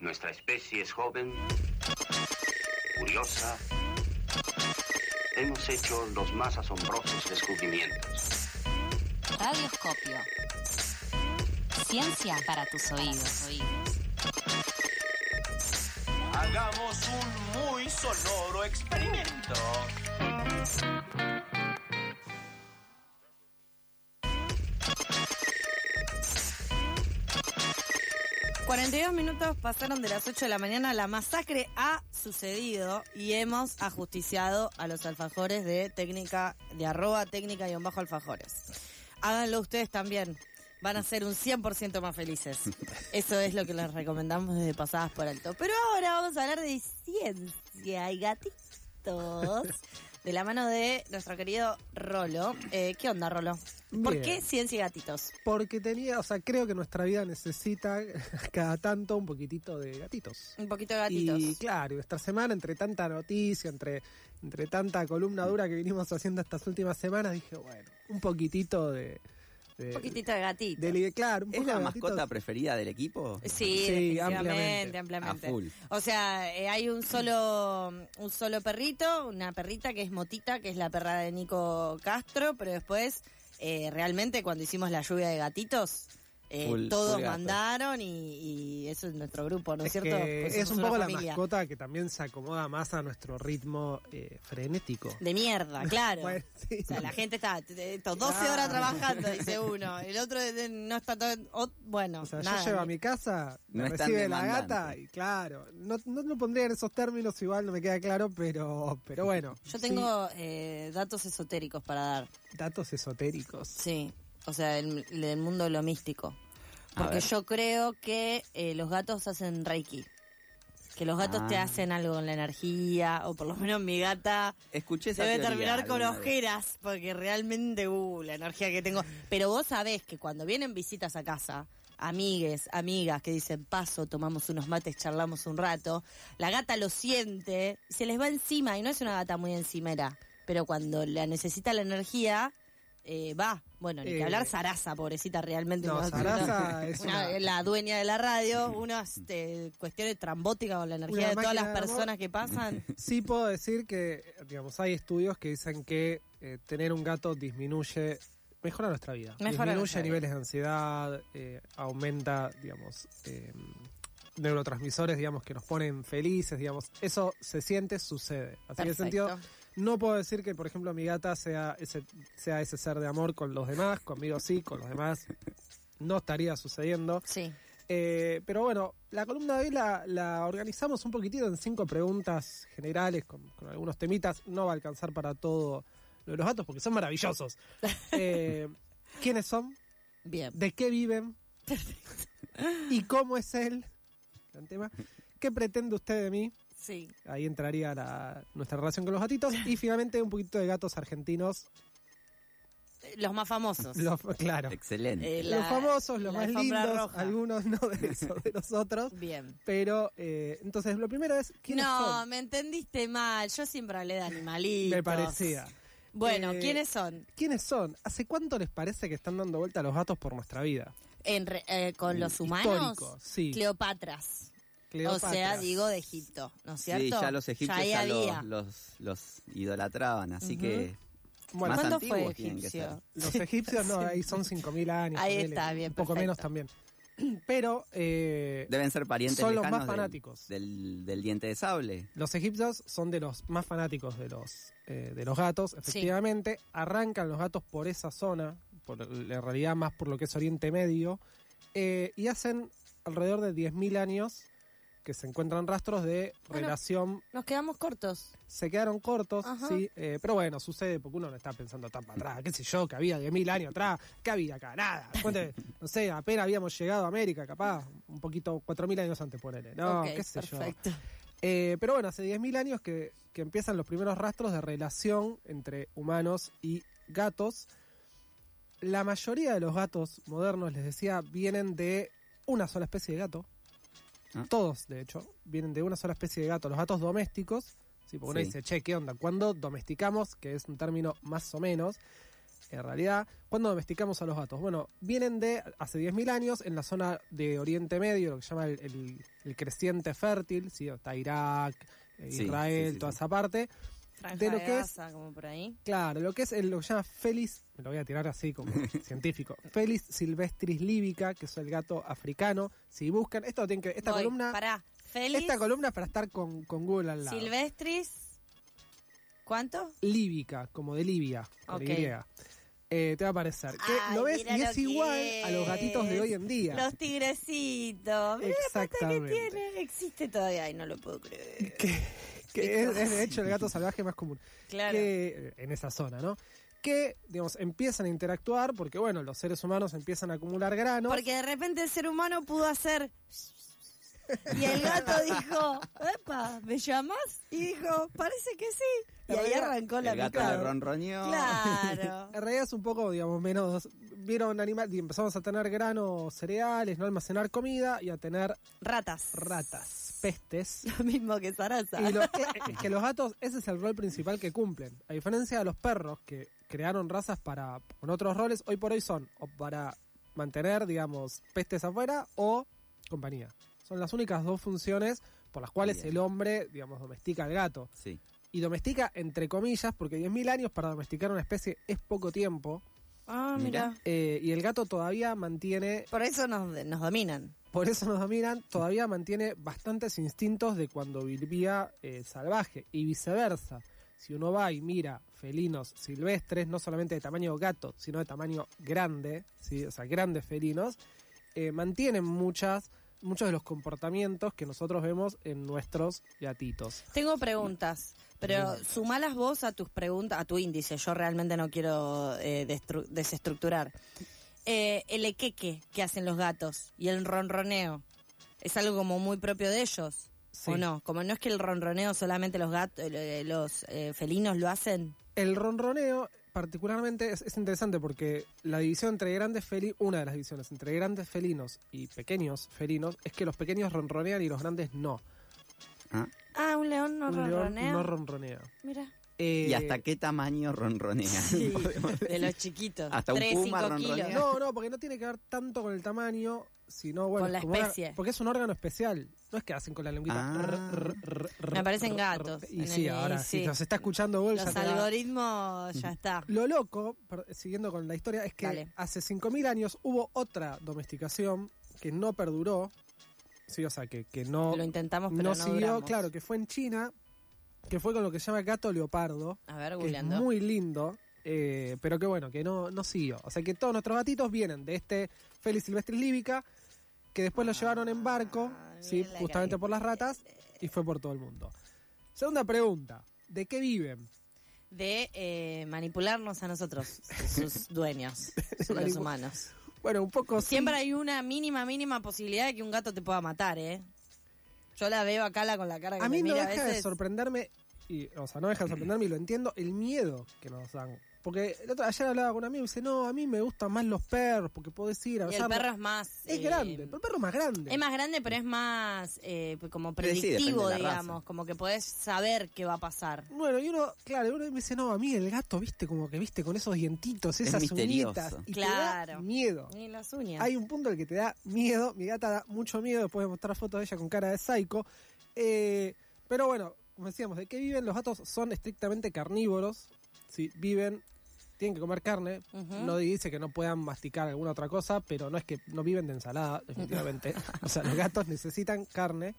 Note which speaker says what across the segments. Speaker 1: Nuestra especie es joven, curiosa. Hemos hecho los más asombrosos descubrimientos.
Speaker 2: Radioscopio. Ciencia para tus oídos.
Speaker 3: Hagamos un muy sonoro experimento.
Speaker 4: dos minutos pasaron de las 8 de la mañana. La masacre ha sucedido y hemos ajusticiado a los alfajores de técnica, de arroba técnica y bajo alfajores. Háganlo ustedes también. Van a ser un 100% más felices. Eso es lo que les recomendamos desde Pasadas por Alto. Pero ahora vamos a hablar de ciencia y gatitos. De la mano de nuestro querido Rolo. Eh, ¿Qué onda, Rolo? ¿Por
Speaker 5: Bien.
Speaker 4: qué ciencia y gatitos?
Speaker 5: Porque tenía, o sea, creo que nuestra vida necesita cada tanto un poquitito de gatitos.
Speaker 4: Un poquito de gatitos.
Speaker 5: Y claro, esta semana, entre tanta noticia, entre, entre tanta columna dura que vinimos haciendo estas últimas semanas, dije, bueno, un poquitito de. de-
Speaker 4: Un poquitito de gatito.
Speaker 5: de li- claro, un poco
Speaker 6: ¿Es la
Speaker 5: de
Speaker 6: mascota
Speaker 5: gatitos.
Speaker 6: preferida del equipo?
Speaker 4: Sí,
Speaker 5: Sí,
Speaker 4: definitivamente, ampliamente.
Speaker 5: ampliamente.
Speaker 6: A full.
Speaker 4: O sea, eh, hay un solo un solo perrito, una perrita que es Motita, que es la perra de Nico Castro, pero después eh, realmente cuando hicimos la lluvia de gatitos eh,
Speaker 6: Full-
Speaker 4: todos
Speaker 6: full gato.
Speaker 4: mandaron y, y eso es nuestro grupo, ¿no es
Speaker 5: Es,
Speaker 4: cierto?
Speaker 5: que
Speaker 4: Pues
Speaker 5: es
Speaker 4: somos
Speaker 5: un
Speaker 4: una
Speaker 5: poco la
Speaker 4: familia
Speaker 5: mascota que también se acomoda más a nuestro ritmo eh, frenético.
Speaker 4: de mierda, claro.
Speaker 5: Bueno, Ah. sí.
Speaker 4: O sea, la gente está eh, estos 12
Speaker 5: Claro.
Speaker 4: horas trabajando, dice uno. El otro eh, no está todo. o- bueno,
Speaker 5: O sea,
Speaker 4: nada,
Speaker 5: yo llego a
Speaker 4: ni-
Speaker 5: mi casa,
Speaker 6: No
Speaker 5: me
Speaker 6: es tan
Speaker 5: recibe la
Speaker 6: demandante.
Speaker 5: gata y claro, no, no lo pondría en esos términos, igual no me queda claro, pero, pero bueno.
Speaker 4: Yo tengo eh, datos esotéricos para dar.
Speaker 5: sí, datos esotéricos.
Speaker 4: Sí, o sea, el- el del mundo de lo místico.
Speaker 6: A
Speaker 4: Porque
Speaker 6: ver.
Speaker 4: yo creo que eh, los gatos hacen reiki. Que los gatos te
Speaker 6: Ah.
Speaker 4: hacen algo con la energía, o por lo menos mi gata
Speaker 6: Escuché esa
Speaker 4: debe
Speaker 6: teoría
Speaker 4: terminar con
Speaker 6: alguna vez.
Speaker 4: ojeras, porque realmente, uh, la energía que tengo. Pero vos sabés que cuando vienen visitas a casa, amigues, amigas que dicen, paso, tomamos unos mates, charlamos un rato, la gata lo siente, se les va encima, y no es una gata muy encimera, pero cuando la necesita la energía, eh, va. Bueno, ni que
Speaker 5: Eh,
Speaker 4: hablar Sarasa, pobrecita, realmente.
Speaker 5: No,
Speaker 4: me va a-
Speaker 5: Sarasa es
Speaker 4: una-
Speaker 5: una-
Speaker 4: la dueña de la radio, unas este, cuestiones trambóticas con la energía
Speaker 5: Una
Speaker 4: de todas
Speaker 5: máquina
Speaker 4: las
Speaker 5: de amor.
Speaker 4: personas que pasan.
Speaker 5: Sí puedo decir que, digamos, hay estudios que dicen que eh, tener un gato disminuye, mejora nuestra vida.
Speaker 4: Mejora
Speaker 5: disminuye
Speaker 4: nuestra vida.
Speaker 5: niveles de ansiedad, eh, aumenta, digamos, eh, neurotransmisores, digamos, que nos ponen felices, digamos. Eso se siente, sucede. Así que en ese sentido,
Speaker 4: Perfecto.
Speaker 5: No puedo decir que, por ejemplo, mi gata sea ese, sea ese ser de amor con los demás, conmigo sí, con los demás no estaría sucediendo.
Speaker 4: Sí.
Speaker 5: Eh, pero bueno, la columna de hoy la, la organizamos un poquitito en cinco preguntas generales, con, con algunos temitas. No va a alcanzar para todo lo de los gatos porque son maravillosos. Eh, ¿Quiénes son?
Speaker 4: Bien.
Speaker 5: ¿De qué viven? ¿Y cómo es él? Gran tema. ¿Qué pretende usted de mí?
Speaker 4: Sí.
Speaker 5: Ahí entraría la- nuestra relación con los gatitos. Y finalmente un poquito de gatos argentinos.
Speaker 4: Los más famosos.
Speaker 5: Los, claro.
Speaker 6: Excelente.
Speaker 4: Eh, la-
Speaker 5: los famosos, los
Speaker 4: la
Speaker 5: más
Speaker 4: alfombra
Speaker 5: lindos.
Speaker 4: roja.
Speaker 5: Algunos no de esos, de los otros.
Speaker 4: Bien.
Speaker 5: Pero, eh, entonces, lo primero es, ¿quiénes
Speaker 4: no,
Speaker 5: son?
Speaker 4: me entendiste mal. Yo siempre hablé de animalitos.
Speaker 5: Me parecía.
Speaker 4: Bueno,
Speaker 5: Eh,
Speaker 4: ¿quiénes son?
Speaker 5: ¿Quiénes son? ¿Hace cuánto les parece que están dando vuelta los gatos por nuestra vida?
Speaker 4: En re- eh, con los humanos.
Speaker 5: Histórico, sí.
Speaker 4: Cleopatras.
Speaker 5: Cleopatra.
Speaker 4: O sea, digo de Egipto, ¿no es cierto?
Speaker 6: Sí, ya los egipcios
Speaker 4: ahí
Speaker 6: ya,
Speaker 4: había.
Speaker 6: los, los, los idolatraban, así que
Speaker 5: Bueno,
Speaker 6: más
Speaker 4: ¿Cuándo
Speaker 6: antiguos
Speaker 4: fue
Speaker 6: tienen que
Speaker 4: egipcio?
Speaker 5: Los egipcios no, ahí son 5.000 años.
Speaker 4: Ahí
Speaker 5: ponele,
Speaker 4: está, bien,
Speaker 5: Un poco
Speaker 4: perfecto.
Speaker 5: menos también. Pero, eh,
Speaker 6: deben ser parientes
Speaker 5: Son los
Speaker 6: lejanos
Speaker 5: más
Speaker 6: del-
Speaker 5: fanáticos.
Speaker 6: Del, del diente de sable.
Speaker 5: Los egipcios son de los más fanáticos de los, eh, de los gatos, efectivamente. Arrancan los gatos por esa zona, por, en realidad más por lo que es Oriente Medio, eh, y hacen alrededor de 10.000 años que se encuentran rastros de
Speaker 4: Bueno.
Speaker 5: relación.
Speaker 4: Nos quedamos cortos.
Speaker 5: Se quedaron cortos,
Speaker 4: Ajá.
Speaker 5: sí, eh, pero bueno, sucede porque uno no está pensando tan para atrás, qué sé yo, que había 10.000 años atrás, que había acá, nada. Ponte, no sé, apenas habíamos llegado a América, capaz, un poquito, 4.000 años antes, ponele. No,
Speaker 4: Ok,
Speaker 5: qué sé yo.
Speaker 4: perfecto.
Speaker 5: Eh, pero bueno, hace 10.000 años que, que empiezan los primeros rastros de relación entre humanos y gatos. La mayoría de los gatos modernos, les decía, vienen de una sola especie de gato.
Speaker 6: Ah.
Speaker 5: Todos, de hecho, vienen de una sola especie de gato. Los gatos domésticos, si uno
Speaker 6: Sí.
Speaker 5: dice, che, ¿qué onda? ¿Cuándo domesticamos? Que es un término más o menos. En realidad, ¿cuándo domesticamos a los gatos? Bueno, vienen de hace 10.000 años en la zona de Oriente Medio, lo que se llama el, el- el creciente fértil, ¿sí? está Irak, eh,
Speaker 6: Sí,
Speaker 5: Israel,
Speaker 6: sí, sí,
Speaker 5: toda
Speaker 6: sí.
Speaker 5: esa parte.
Speaker 4: Franja
Speaker 5: de lo
Speaker 4: de
Speaker 5: que es-
Speaker 4: Gaza, como por ahí.
Speaker 5: Claro, lo que es el, lo que se llama Felis, me lo voy a tirar así como científico, Felis silvestris líbica, que es el gato africano. Si buscan, esto lo tienen que, esta
Speaker 4: Voy,
Speaker 5: columna,
Speaker 4: Pará, Félix,
Speaker 5: esta columna es para estar con, con Google al lado.
Speaker 4: Silvestris, ¿cuánto?
Speaker 5: líbica, como de Libia, con
Speaker 4: Ok.
Speaker 5: Y. Eh, te va a parecer. Que
Speaker 4: Ay,
Speaker 5: lo ves
Speaker 4: mira
Speaker 5: y
Speaker 4: lo
Speaker 5: es
Speaker 4: que
Speaker 5: igual a los
Speaker 4: es.
Speaker 5: gatitos de hoy en día.
Speaker 4: Los tigrecitos. Mirá que
Speaker 5: Exactamente.
Speaker 4: pues, tiene, existe todavía y no lo puedo creer.
Speaker 5: Que es, es, de hecho el gato salvaje más común.
Speaker 4: Claro.
Speaker 5: que, eh, en esa zona, ¿no? Que, digamos, empiezan a interactuar porque, bueno, los seres humanos empiezan a acumular granos.
Speaker 4: Porque de repente el ser humano pudo hacer. Y el gato dijo, ¡epa! ¿Me llamas? Y dijo, parece que sí. Y
Speaker 5: La
Speaker 4: ahí
Speaker 5: verdad,
Speaker 4: arrancó la
Speaker 6: El gato
Speaker 4: picada.
Speaker 6: le ronroneó.
Speaker 4: Claro.
Speaker 5: En realidad es un poco, digamos, menos. Vieron animal y empezamos a tener granos, cereales, no almacenar comida y a tener
Speaker 4: Ratas.
Speaker 5: ratas, pestes.
Speaker 4: Lo mismo que Sarasa.
Speaker 5: Y lo que, es que los gatos, ese es el rol principal que cumplen. A diferencia de los perros que crearon razas para con otros roles, hoy por hoy son o para mantener, digamos, pestes afuera o compañía. Son las únicas dos funciones por las cuales
Speaker 6: Bien.
Speaker 5: el hombre, digamos, domestica al gato.
Speaker 6: Sí.
Speaker 5: Y domestica entre comillas, porque 10.000 años para domesticar una especie es poco tiempo.
Speaker 4: Ah,
Speaker 6: Mirá.
Speaker 4: mira.
Speaker 5: Eh, y el gato todavía mantiene,
Speaker 4: Por eso nos, nos dominan.
Speaker 5: por eso nos dominan, todavía mantiene bastantes instintos de cuando vivía eh, salvaje y viceversa. Si uno va y mira felinos silvestres, no solamente de tamaño gato, sino de tamaño grande, ¿sí? o sea, grandes felinos, eh, mantienen muchas, muchos de los comportamientos que nosotros vemos en nuestros gatitos.
Speaker 4: Tengo preguntas, pero
Speaker 5: Preguntas.
Speaker 4: sumalas vos a tus preguntas, a tu índice. Yo realmente no quiero eh, destru- desestructurar. Eh, el equeque que hacen los gatos y el ronroneo es algo como muy propio de ellos, ¿o
Speaker 5: Sí.
Speaker 4: no? Como no es que el ronroneo solamente los gatos, los eh, felinos lo hacen.
Speaker 5: El ronroneo, particularmente, es, es interesante porque la división entre grandes felinos, una de las divisiones entre grandes felinos y pequeños felinos, es que los pequeños ronronean y los grandes no.
Speaker 4: Ah, un león no
Speaker 5: Un león
Speaker 4: ronronea.
Speaker 5: no ronronea.
Speaker 4: Mira.
Speaker 5: Eh,
Speaker 6: ¿Y hasta qué tamaño ronronea? Podemos
Speaker 4: de
Speaker 6: decir.
Speaker 4: los chiquitos.
Speaker 6: Hasta un
Speaker 4: Tres,
Speaker 6: puma
Speaker 4: cinco
Speaker 6: ronronea.
Speaker 4: kilos.
Speaker 5: No, no, porque no tiene que ver tanto con el tamaño, sino bueno,
Speaker 4: Con la
Speaker 5: como una-
Speaker 4: especie.
Speaker 5: porque es un órgano especial. No es que hacen con la lengüita.
Speaker 6: Ah.
Speaker 4: Me parecen gatos,
Speaker 5: Y
Speaker 4: en
Speaker 5: sí,
Speaker 4: el-
Speaker 5: ahora,
Speaker 4: sí.
Speaker 5: si nos está escuchando Google, ya
Speaker 4: Los
Speaker 5: te va-
Speaker 4: algoritmos ya está.
Speaker 5: Lo loco, per- siguiendo con la historia, es que
Speaker 4: Dale.
Speaker 5: hace 5.000 años hubo otra domesticación que no perduró, sí, o sea, que, que no,
Speaker 4: Lo intentamos, pero no,
Speaker 5: no siguió,
Speaker 4: duramos.
Speaker 5: claro, que fue en China, que fue con lo que se llama gato leopardo,
Speaker 4: A ver,
Speaker 5: que es
Speaker 4: googleando.
Speaker 5: muy lindo, eh, pero que bueno, que no, no siguió. O sea, que todos nuestros gatitos vienen de este Felis silvestris líbica, que después lo llevaron en barco,
Speaker 4: Ah,
Speaker 5: sí,
Speaker 4: mira la
Speaker 5: justamente
Speaker 4: cara.
Speaker 5: por las ratas, y fue por todo el mundo. Segunda pregunta, ¿de qué viven?
Speaker 4: de eh, manipularnos a nosotros, sus dueños, los
Speaker 5: Manipu-
Speaker 4: humanos.
Speaker 5: Bueno, un poco... sí.
Speaker 4: Siempre hay una mínima, mínima posibilidad de que un gato te pueda matar, ¿eh? Yo la veo acá la, con la cara que
Speaker 5: A
Speaker 4: me
Speaker 5: mí no
Speaker 4: mira
Speaker 5: deja
Speaker 4: a
Speaker 5: de
Speaker 4: veces.
Speaker 5: sorprenderme, y, o sea, no deja de sorprenderme y lo entiendo, el miedo que nos dan. Porque el otro, ayer hablaba con un amigo y dice, no, a mí me gustan más los perros, porque puedo decir,
Speaker 4: y el perro es más...
Speaker 5: Es
Speaker 4: eh,
Speaker 5: grande, pero el perro es más grande.
Speaker 4: Es más grande, pero es más eh, como
Speaker 6: Pero sí, depende de
Speaker 4: predictivo,
Speaker 6: la
Speaker 4: digamos.
Speaker 6: raza.
Speaker 4: Como que podés saber qué va a pasar.
Speaker 5: Bueno, y uno, claro, y uno me dice, no, a mí el gato, viste, como que viste con esos dientitos, esas
Speaker 6: misterioso.
Speaker 5: uñitas. Y te da
Speaker 4: Claro.
Speaker 5: miedo.
Speaker 4: Ni las uñas.
Speaker 5: Hay un punto en el que te da miedo. Mi gata da mucho miedo. Después de mostrar fotos de ella con cara de psycho. Eh, pero bueno, como decíamos, ¿de qué viven? Los gatos son estrictamente carnívoros. Si viven, tienen que comer carne.
Speaker 4: Ujú.
Speaker 5: No dice que no puedan masticar alguna otra cosa, pero no es que no viven de ensalada, definitivamente. o sea, los gatos necesitan carne.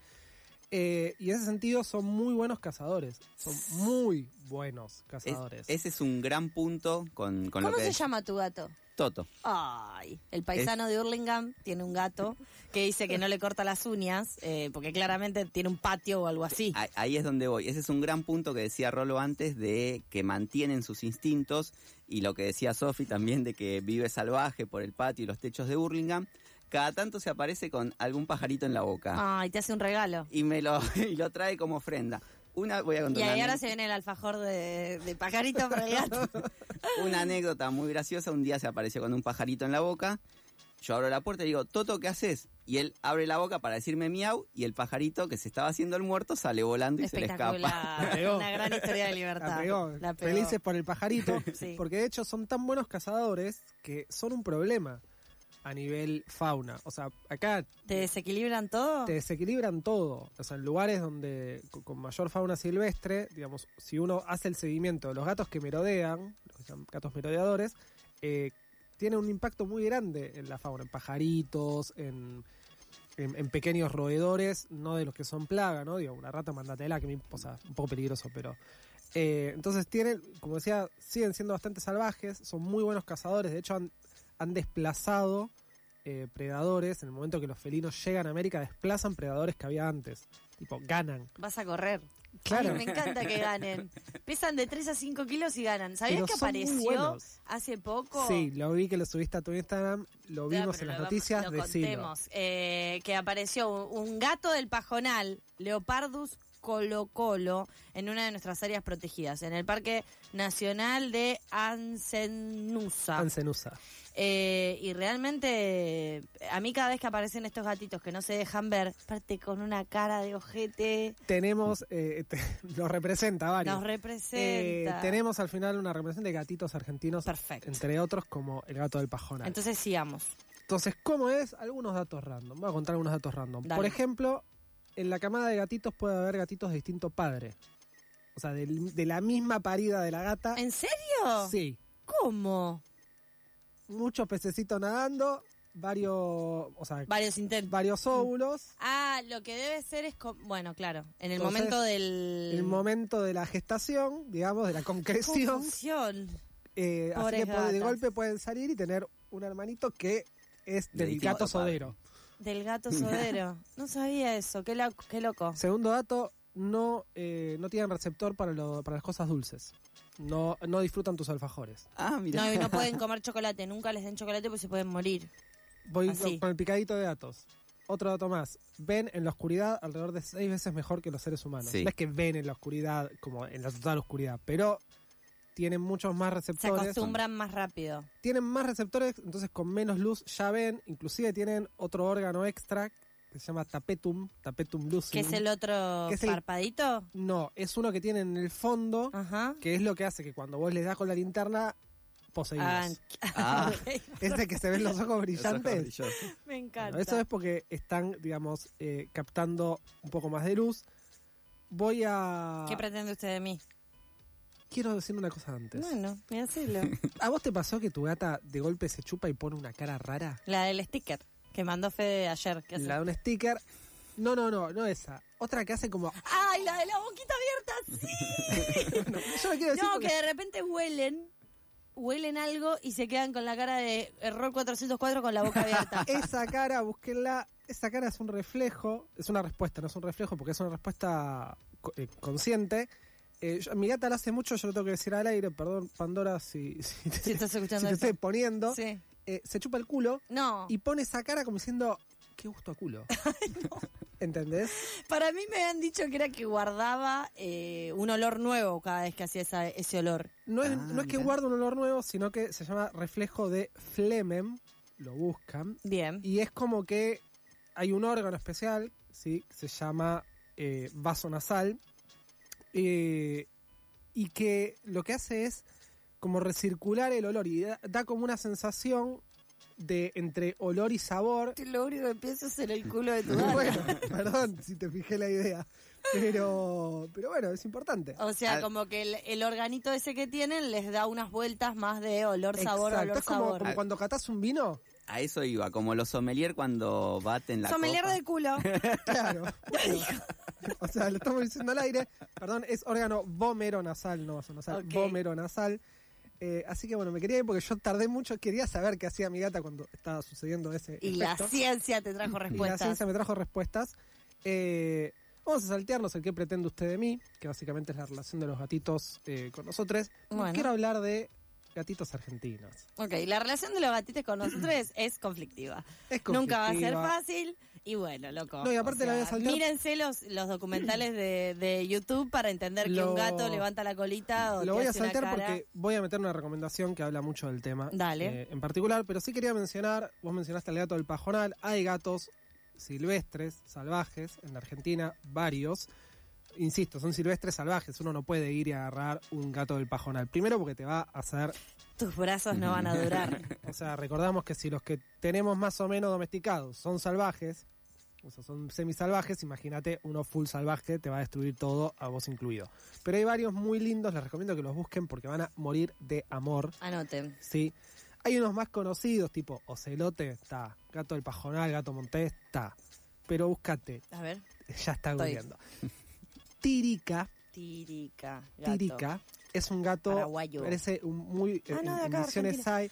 Speaker 5: Eh, y en ese sentido son muy buenos cazadores. Son muy buenos
Speaker 6: Es-
Speaker 5: cazadores.
Speaker 6: ese es un gran punto con, con lo
Speaker 2: ¿Cómo
Speaker 6: que
Speaker 2: se
Speaker 6: es
Speaker 2: llama tu gato?
Speaker 6: Toto.
Speaker 4: Ay, el paisano de Hurlingham tiene un gato que dice que no le corta las uñas eh, porque claramente tiene un patio o algo así.
Speaker 6: Ahí- Ahí es donde voy. Ese es un gran punto que decía Rolo antes de que mantienen sus instintos y lo que decía Sofi también de que vive salvaje por el patio y los techos de Burlingame. Cada tanto se aparece con algún pajarito en la boca
Speaker 4: Ay, te hace un regalo.
Speaker 6: Ah. y me lo, y lo trae como ofrenda. Una, voy a
Speaker 4: Y
Speaker 6: contar una
Speaker 4: ahí ahora
Speaker 6: anécdota.
Speaker 4: se viene el alfajor de, de pajarito para el gato.
Speaker 6: una anécdota muy graciosa. Un día se apareció con un pajarito en la boca. Yo abro la puerta y digo, Toto, ¿qué haces? Y él abre la boca para decirme miau y el pajarito que se estaba haciendo el muerto sale volando y se le escapa.
Speaker 5: La pegó.
Speaker 4: Una gran historia de libertad.
Speaker 5: La pegó.
Speaker 4: La pegó.
Speaker 5: Felices por el pajarito.
Speaker 4: Sí.
Speaker 5: Porque de hecho son tan buenos cazadores que son un problema a nivel fauna. O sea, acá
Speaker 4: ¿Te desequilibran todo?
Speaker 5: te desequilibran todo. O sea, en lugares donde co- con mayor fauna silvestre, digamos, si uno hace el seguimiento de los gatos que merodean, los que se llaman gatos merodeadores, eh, tiene un impacto muy grande en la fauna, en pajaritos, en, en- en pequeños roedores, no de los que son plaga, ¿no? Digo, una rata mandatela, que me, o sea, un poco peligroso, pero... eh, entonces tienen, como decía, siguen siendo bastante salvajes, son muy buenos cazadores, de hecho han, han desplazado eh, predadores, en el momento que los felinos llegan a América, desplazan predadores que había antes, tipo, ganan.
Speaker 4: Vas a correr.
Speaker 5: Claro.
Speaker 4: Ay, me encanta que ganen. Pesan de 3 a 5 kilos y ganan. ¿Sabías
Speaker 5: Pero
Speaker 4: que
Speaker 5: son muy
Speaker 4: apareció
Speaker 5: buenos.
Speaker 4: hace poco?
Speaker 5: Sí, lo vi que lo subiste a tu Instagram, lo
Speaker 4: Ya,
Speaker 5: vimos
Speaker 4: pero
Speaker 5: en las
Speaker 4: lo vamos-
Speaker 5: noticias,
Speaker 4: lo
Speaker 5: de
Speaker 4: contemos. Eh, que apareció un, un gato del pajonal, Leopardus Colo Colo, en una de nuestras áreas protegidas, en el Parque Nacional de Ancenusa.
Speaker 5: Ancenusa.
Speaker 4: Eh, y realmente, a mí cada vez que aparecen estos gatitos que no se dejan ver, parte con una cara de ojete,
Speaker 5: Tenemos, eh, te- nos representa varios.
Speaker 4: nos
Speaker 5: Eh,
Speaker 4: representa.
Speaker 5: tenemos al final una representación de gatitos argentinos,
Speaker 4: Perfecto.
Speaker 5: entre otros como el gato del pajonal. Entonces,
Speaker 4: Entonces sigamos.
Speaker 5: ¿cómo es? Algunos datos random. Voy a contar algunos datos random.
Speaker 4: Dale.
Speaker 5: Por ejemplo, en la camada de gatitos puede haber gatitos de distinto padre. O sea, del- de la misma parida de la gata.
Speaker 4: ¿En serio?
Speaker 5: Sí.
Speaker 4: ¿Cómo?
Speaker 5: Muchos pececitos nadando, varios, o sea,
Speaker 4: Varios intentos.
Speaker 5: varios óvulos.
Speaker 4: Ah, lo que debe ser es, co- bueno, claro, en el
Speaker 5: Entonces,
Speaker 4: momento del...
Speaker 5: El momento de la gestación, digamos, de la concreción.
Speaker 4: Confusión.
Speaker 5: Eh, así
Speaker 4: Pobres
Speaker 5: que po- de
Speaker 4: gatas.
Speaker 5: golpe pueden salir y tener un hermanito que es
Speaker 6: De
Speaker 5: del
Speaker 6: distinto
Speaker 5: gato
Speaker 6: padre.
Speaker 5: sodero.
Speaker 4: Del gato sodero. No sabía eso, qué, lo- qué loco.
Speaker 5: Segundo dato, no, eh, no tienen receptor para, lo- para las cosas dulces. No, no disfrutan tus alfajores.
Speaker 6: Ah, mira.
Speaker 4: No, y no pueden comer chocolate, nunca les den chocolate porque se pueden morir.
Speaker 5: Voy
Speaker 4: Así.
Speaker 5: con, con el picadito de datos. Otro dato más. Ven en la oscuridad alrededor de seis veces mejor que los seres humanos.
Speaker 6: Sí.
Speaker 5: No es que ven en la oscuridad, como en la total oscuridad, pero tienen muchos más
Speaker 4: Se
Speaker 5: receptores.
Speaker 4: acostumbran más rápido.
Speaker 5: tienen más receptores, entonces con menos luz ya ven, inclusive tienen otro órgano extra que se llama tapetum, tapetum lucidum.
Speaker 4: ¿Qué es el otro
Speaker 5: ¿Qué es el-
Speaker 4: parpadito?
Speaker 5: No, es uno que tienen en el
Speaker 4: Ah.
Speaker 5: fondo,
Speaker 4: Ajá.
Speaker 5: que es lo que hace que cuando vos les das con la linterna, poseídos.
Speaker 4: Ah,
Speaker 6: Ah,
Speaker 5: Ese que se ven los ojos
Speaker 6: eso es
Speaker 5: brillantes.
Speaker 6: maravilloso.
Speaker 4: me
Speaker 5: Bueno,
Speaker 4: encanta.
Speaker 5: eso es porque están, digamos, eh, captando un poco más de luz. Voy a...
Speaker 4: ¿Qué pretende usted de mí?
Speaker 5: Quiero decir una cosa antes.
Speaker 4: Bueno, voy a decirlo.
Speaker 5: ¿A vos te pasó que tu gata de golpe se chupa y pone una cara rara?
Speaker 4: La del sticker que mandó Fede ayer. que hace-
Speaker 5: La de un sticker. No, no, no, no esa. Otra que hace como.
Speaker 4: ¡Ay, la de la boquita abierta!
Speaker 5: No, yo lo quiero decir.
Speaker 4: No,
Speaker 5: porque-
Speaker 4: que de repente huelen, huelen algo y se quedan con la cara de error 404 con la boca abierta.
Speaker 5: Esa cara, búsquenla. Esa cara es un reflejo. Es una respuesta, no es un reflejo, porque es una respuesta co- eh, consciente. Eh, yo- mi gata la hace mucho, yo lo tengo que decir al aire. Perdón, Pandora, si, si te,
Speaker 4: si estás
Speaker 5: si
Speaker 4: escuchando
Speaker 5: te
Speaker 4: esto.
Speaker 5: estoy poniendo.
Speaker 4: Sí.
Speaker 5: Eh, se chupa el culo
Speaker 4: No,
Speaker 5: y pone esa cara como diciendo. Qué gusto a culo. ¿Entendés?
Speaker 4: para mí me habían dicho que era que guardaba eh, un olor nuevo cada vez que hacía esa- ese olor.
Speaker 5: No es,
Speaker 6: Ah,
Speaker 5: no es que
Speaker 6: mirá.
Speaker 5: guarda un olor nuevo, sino que se llama reflejo de Flemem. Lo buscan.
Speaker 4: Bien.
Speaker 5: Y es como que hay un órgano especial, ¿sí? Que se llama eh, vaso nasal. eh, y que lo que hace es como recircular el olor y da, da como una sensación de entre olor y sabor.
Speaker 4: Lo único que pienso es en el culo de tu
Speaker 5: Bueno, perdón si te fijé la idea. Pero, pero bueno, es importante.
Speaker 4: O sea,
Speaker 6: Al-
Speaker 4: como que el, el organito ese que tienen les da unas vueltas más de olor, sabor,
Speaker 5: Exacto,
Speaker 4: olor,
Speaker 5: es como,
Speaker 4: sabor.
Speaker 5: como cuando catás un vino.
Speaker 6: A eso iba, como los sommelier cuando baten la
Speaker 4: Sommelier
Speaker 6: copa.
Speaker 4: de culo.
Speaker 5: Claro. o sea, lo estamos diciendo al aire. Perdón, es órgano vomero nasal, no nasal,
Speaker 4: Ok.
Speaker 5: vomero nasal. Eh, así que bueno, me quería ir porque yo tardé mucho, quería saber qué hacía mi gata cuando estaba sucediendo ese.
Speaker 4: Y la
Speaker 5: efecto.
Speaker 4: ciencia te trajo
Speaker 5: Y la
Speaker 4: respuestas.
Speaker 5: ciencia me trajo respuestas. Eh, vamos a saltearnos el que pretende usted de mí, que básicamente es la relación de los gatitos eh, con nosotros.
Speaker 4: Bueno.
Speaker 5: Quiero hablar de gatitos argentinos.
Speaker 4: Ok, la relación de los gatitos con nosotros es, es conflictiva.
Speaker 5: Es
Speaker 4: Nunca va a ser
Speaker 5: conflictiva.
Speaker 4: fácil. Y bueno, loco.
Speaker 5: No, y aparte la voy a saltar-
Speaker 4: Mírense los, los documentales de, de YouTube para entender que
Speaker 5: Lo-
Speaker 4: un gato levanta la colita o
Speaker 5: Lo
Speaker 4: te
Speaker 5: voy a
Speaker 4: hace una
Speaker 5: saltar
Speaker 4: cara.
Speaker 5: porque voy a meter una recomendación que habla mucho del tema.
Speaker 4: Dale.
Speaker 5: eh, en particular, pero sí quería mencionar, vos mencionaste al gato del pajonal, hay gatos silvestres, salvajes, en la Argentina, varios. Insisto, son silvestres salvajes, uno no puede ir y agarrar un gato del pajonal. Primero porque te va a hacer,
Speaker 4: Tus brazos no van a durar.
Speaker 5: o sea, recordamos que si los que tenemos más o menos domesticados son salvajes, o sea, son semisalvajes, imagínate uno full salvaje, te va a destruir todo, a vos incluido. Pero hay varios muy lindos, les recomiendo que los busquen porque van a morir de amor.
Speaker 4: Anoten.
Speaker 5: Sí. Hay unos más conocidos, tipo Ocelote, está. Gato del Pajonal, Gato Montés, está. Pero búscate,
Speaker 4: A ver.
Speaker 5: ya está
Speaker 4: Estoy.
Speaker 5: googleando. Tirica,
Speaker 4: Tirica. gato.
Speaker 5: Tirica, es un gato.
Speaker 4: Paraguayo.
Speaker 5: Parece un muy. eh,
Speaker 4: Ah,
Speaker 5: en-
Speaker 4: no, de
Speaker 5: en
Speaker 4: acá,
Speaker 5: Misiones
Speaker 4: Argentina.
Speaker 5: hay.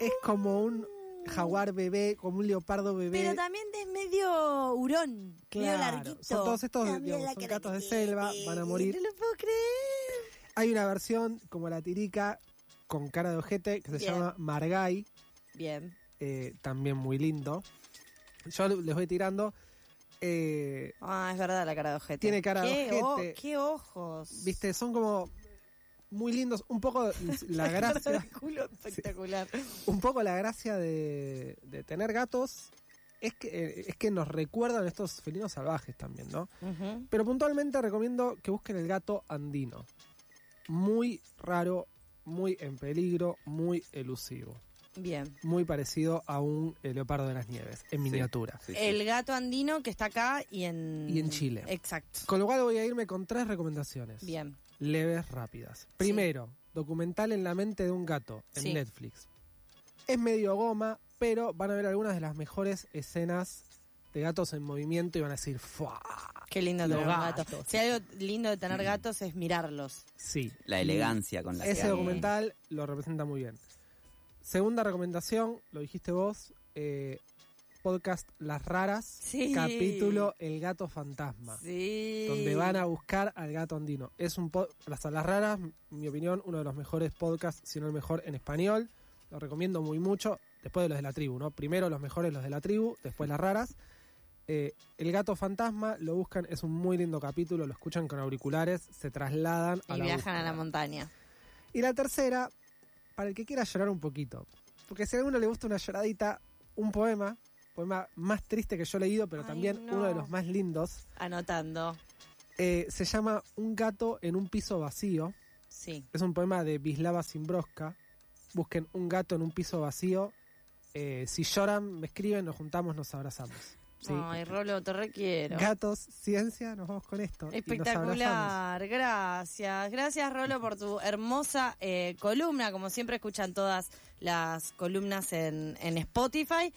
Speaker 5: es como un jaguar bebé, como un leopardo bebé.
Speaker 4: Pero también es medio hurón. Medio
Speaker 5: Eh, Claro,
Speaker 4: larguito.
Speaker 5: son todos estos,
Speaker 4: Ah, mira
Speaker 5: digamos,
Speaker 4: la
Speaker 5: son
Speaker 4: cara
Speaker 5: gatos
Speaker 4: que
Speaker 5: de
Speaker 4: tiene.
Speaker 5: selva, van a morir.
Speaker 4: No lo puedo creer.
Speaker 5: Hay una versión como la Tirica con cara de ojete que se
Speaker 4: Bien.
Speaker 5: llama Margay.
Speaker 4: Bien.
Speaker 5: eh, también muy lindo. Yo les voy tirando. eh,
Speaker 4: Ah, es verdad la cara de ojete.
Speaker 5: Tiene cara de
Speaker 4: ¿Qué o-
Speaker 5: ojete.
Speaker 4: qué ojos.
Speaker 5: Viste, son como muy lindos. Un poco la
Speaker 4: Cara
Speaker 5: gracia,
Speaker 4: de culo espectacular.
Speaker 5: un poco la gracia de, de tener gatos es que, eh, es que nos recuerdan estos felinos salvajes también, ¿no?
Speaker 4: Ujú.
Speaker 5: Pero puntualmente recomiendo que busquen el gato andino. Muy raro, muy en peligro, muy elusivo.
Speaker 4: Bien.
Speaker 5: Muy parecido a un eh, leopardo de las nieves, en miniatura.
Speaker 6: Sí, sí.
Speaker 4: El gato andino que está acá y en...
Speaker 5: Y en Chile.
Speaker 4: Exacto.
Speaker 5: Con lo cual voy a irme con tres recomendaciones.
Speaker 4: Bien.
Speaker 5: leves, rápidas. Primero, documental en la mente de un gato en
Speaker 4: Sí.
Speaker 5: Netflix. Es medio goma, pero van a ver algunas de las mejores escenas de gatos en movimiento y van a decir, ¡fua!
Speaker 4: Qué lindo
Speaker 5: Los
Speaker 4: tener un gato.
Speaker 5: gatos.
Speaker 4: Si hay algo lindo de tener gatos es mirarlos.
Speaker 5: Sí.
Speaker 6: La elegancia con la que
Speaker 5: Ese
Speaker 6: hay.
Speaker 5: documental lo representa muy bien. Segunda recomendación, lo dijiste vos, eh, podcast Las Raras,
Speaker 4: Sí.
Speaker 5: capítulo El Gato Fantasma.
Speaker 4: Sí.
Speaker 5: donde van a buscar al gato andino. Es un po- las salas raras, mi opinión, uno de los mejores podcasts, si no el mejor en español. Lo recomiendo muy mucho. Después de los de la tribu, ¿no? Primero los mejores, los de la tribu, después las raras. Eh, el gato fantasma, lo buscan, es un muy lindo capítulo, lo escuchan con auriculares, se trasladan a
Speaker 4: Y
Speaker 5: la
Speaker 4: viajan a la
Speaker 5: búsqueda.
Speaker 4: montaña.
Speaker 5: Y la tercera, para el que quiera llorar un poquito. Porque si a alguno le gusta una lloradita, un poema, poema más triste que yo he leído, pero
Speaker 4: Ay,
Speaker 5: también
Speaker 4: no.
Speaker 5: uno de los más lindos.
Speaker 4: Anotando.
Speaker 5: Eh, se llama Un gato en un piso vacío.
Speaker 4: Sí.
Speaker 5: Es un poema de Vislava Simbroska. Busquen Un gato en un piso vacío. Eh, si lloran, me escriben, nos juntamos, nos abrazamos. Sí.
Speaker 4: Ay, Rolo, te requiero.
Speaker 5: Gatos, ciencia, nos vamos con esto. y nos abrazamos.
Speaker 4: Espectacular, gracias. Gracias Rolo por tu hermosa eh, columna. Como siempre escuchan todas las columnas en, en Spotify.